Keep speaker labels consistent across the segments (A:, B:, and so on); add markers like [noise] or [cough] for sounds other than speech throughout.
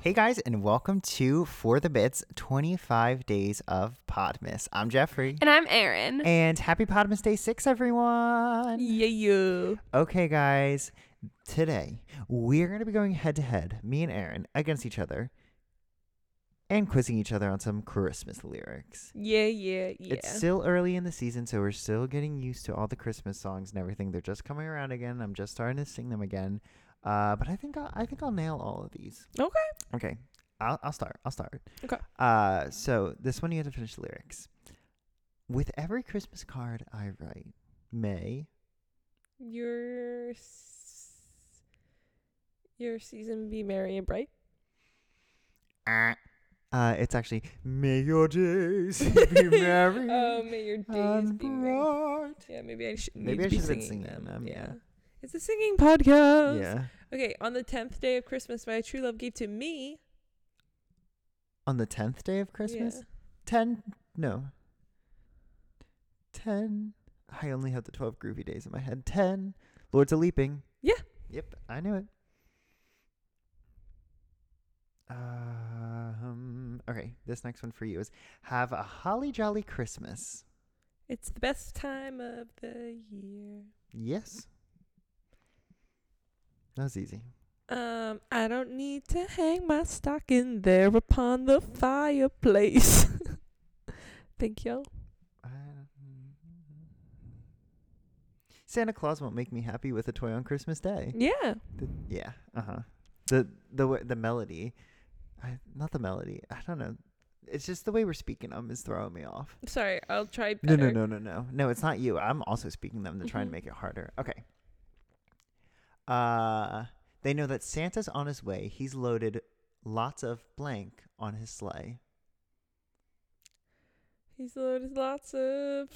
A: Hey guys, and welcome to For the Bits 25 Days of Podmas. I'm Jeffrey.
B: And I'm Erin.
A: And happy Podmas Day 6, everyone.
B: Yeah, yeah.
A: Okay, guys, today we're going to be going head to head, me and Aaron, against each other and quizzing each other on some Christmas lyrics.
B: Yeah, yeah, yeah.
A: It's still early in the season, so we're still getting used to all the Christmas songs and everything. They're just coming around again. I'm just starting to sing them again. Uh, but I think I'll, I think I'll nail all of these.
B: okay.
A: Okay. I'll, I'll start. I'll start.
B: Okay.
A: Uh, so this one you have to finish the lyrics. With every Christmas card I write, May,
B: Your s- your season be merry and bright.
A: uh, it's actually May your
B: [laughs]
A: days [laughs] be merry
B: oh, may your days
A: and
B: be merry.
A: bright.
B: Yeah, maybe I should.
A: Maybe I
B: need to be
A: should have been
B: singing
A: singing
B: them.
A: them, yeah.
B: It's a singing podcast.
A: Yeah.
B: Okay, on the tenth day of Christmas, my true love gave to me.
A: On the tenth day of Christmas,
B: Yeah.
A: ten no. Ten. I only have the twelve groovy days in my head. Ten. Lords a leaping.
B: Yeah.
A: Yep, I knew it. Um. Okay, this next one for you is have a holly jolly Christmas.
B: It's the best time of the year.
A: Yes. That was easy.
B: Um, I don't need to hang my stocking there upon the fireplace. [laughs] Thank you.
A: Uh, Santa Claus won't make me happy with a toy on Christmas Day.
B: Yeah.
A: The, yeah. Uh huh. The the wa- the melody, I, not the melody. I don't know. It's just the way we're speaking them is throwing me off.
B: Sorry, I'll try
A: No,
B: better.
A: no, no, no, no. No, it's not you. I'm also speaking them to try and
B: Mhm.
A: make it harder. Okay. Uh, they know that Santa's on his way. He's loaded lots of blank on his sleigh.
B: He's loaded lots of.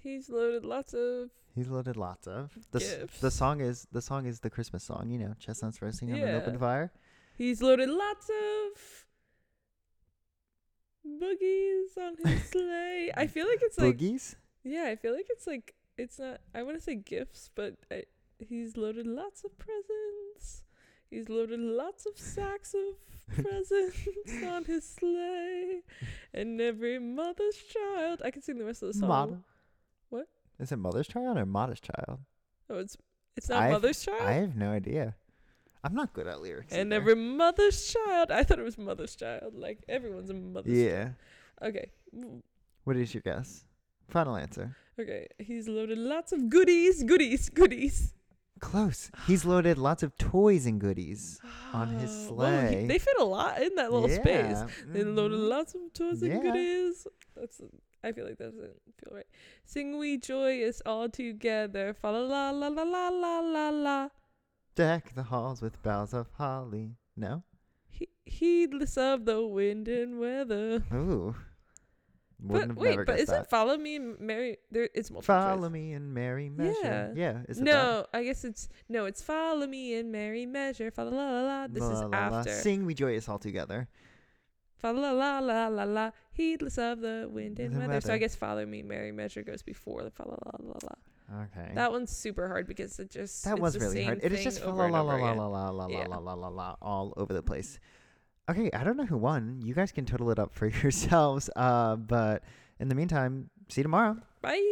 B: He's loaded lots of.
A: He's loaded lots of. The, s- the
B: Gifts.
A: song is the song is the Christmas song, you know, chestnuts roasting on an open
B: Yeah.
A: fire.
B: He's loaded lots of. Boogies on his sleigh. I feel like it's like.
A: Boogies?
B: Yeah, I feel like it's like it's not. I want to say gifts, but I, he's loaded lots of presents. He's loaded lots of
A: [laughs]
B: sacks of presents on his sleigh, and every mother's child. I can sing the rest of the song.
A: Mod-
B: What?
A: Is it Mother's Child or Modest Child?
B: Oh, it's it's not
A: I've-
B: mother's child.
A: I have no idea. I'm not good at lyrics.
B: and
A: either.
B: every mother's child. I thought it was mother's child. Like everyone's a mother's.
A: yeah.
B: Child. Okay. Mm,
A: What is your guess? Final answer.
B: Okay. He's loaded lots of goodies, goodies, goodies.
A: Close. He's loaded lots of toys and goodies on his
B: Ah, wow, he-
A: sleigh.
B: they fit a lot in that little space. They loaded
A: mhm.
B: lots of toys
A: Yeah.
B: and goodies. That's I feel like that doesn't feel right. Sing we joyous all together. Fa la la la la la la la la.
A: Deck the halls with boughs of holly. No.
B: He- heedless of the wind and weather.
A: Ooh. Wouldn't
B: but
A: have
B: wait,
A: never
B: but
A: guessed
B: isn't
A: that.
B: "Follow Me, Mary"? There, it's multiple
A: Follow
B: choice.
A: me in merry measure.
B: Yeah.
A: Yeah. Is it that?
B: no, I guess it's no. It's "Follow Me in Merry Measure." Fa la la la. This
A: La,
B: is
A: la, la.
B: after.
A: Sing we joyous all together.
B: Fa la la la la la. Heedless of the wind and
A: The
B: weather. So I
A: weather.
B: guess "Follow Me, Merry Measure" goes before the "Fa la la la la.
A: Okay.
B: That one's super hard because it just
A: That
B: it's
A: was
B: the
A: really hard.
B: same
A: It is just
B: thing
A: fa-
B: over
A: la
B: and
A: la la
B: over
A: la
B: again.
A: la la la la
B: Yeah.
A: la la la la all over the place. Okay, I don't know who won. [laughs] You guys can total it up for yourselves. Uh, but in the meantime, see you tomorrow.
B: Bye.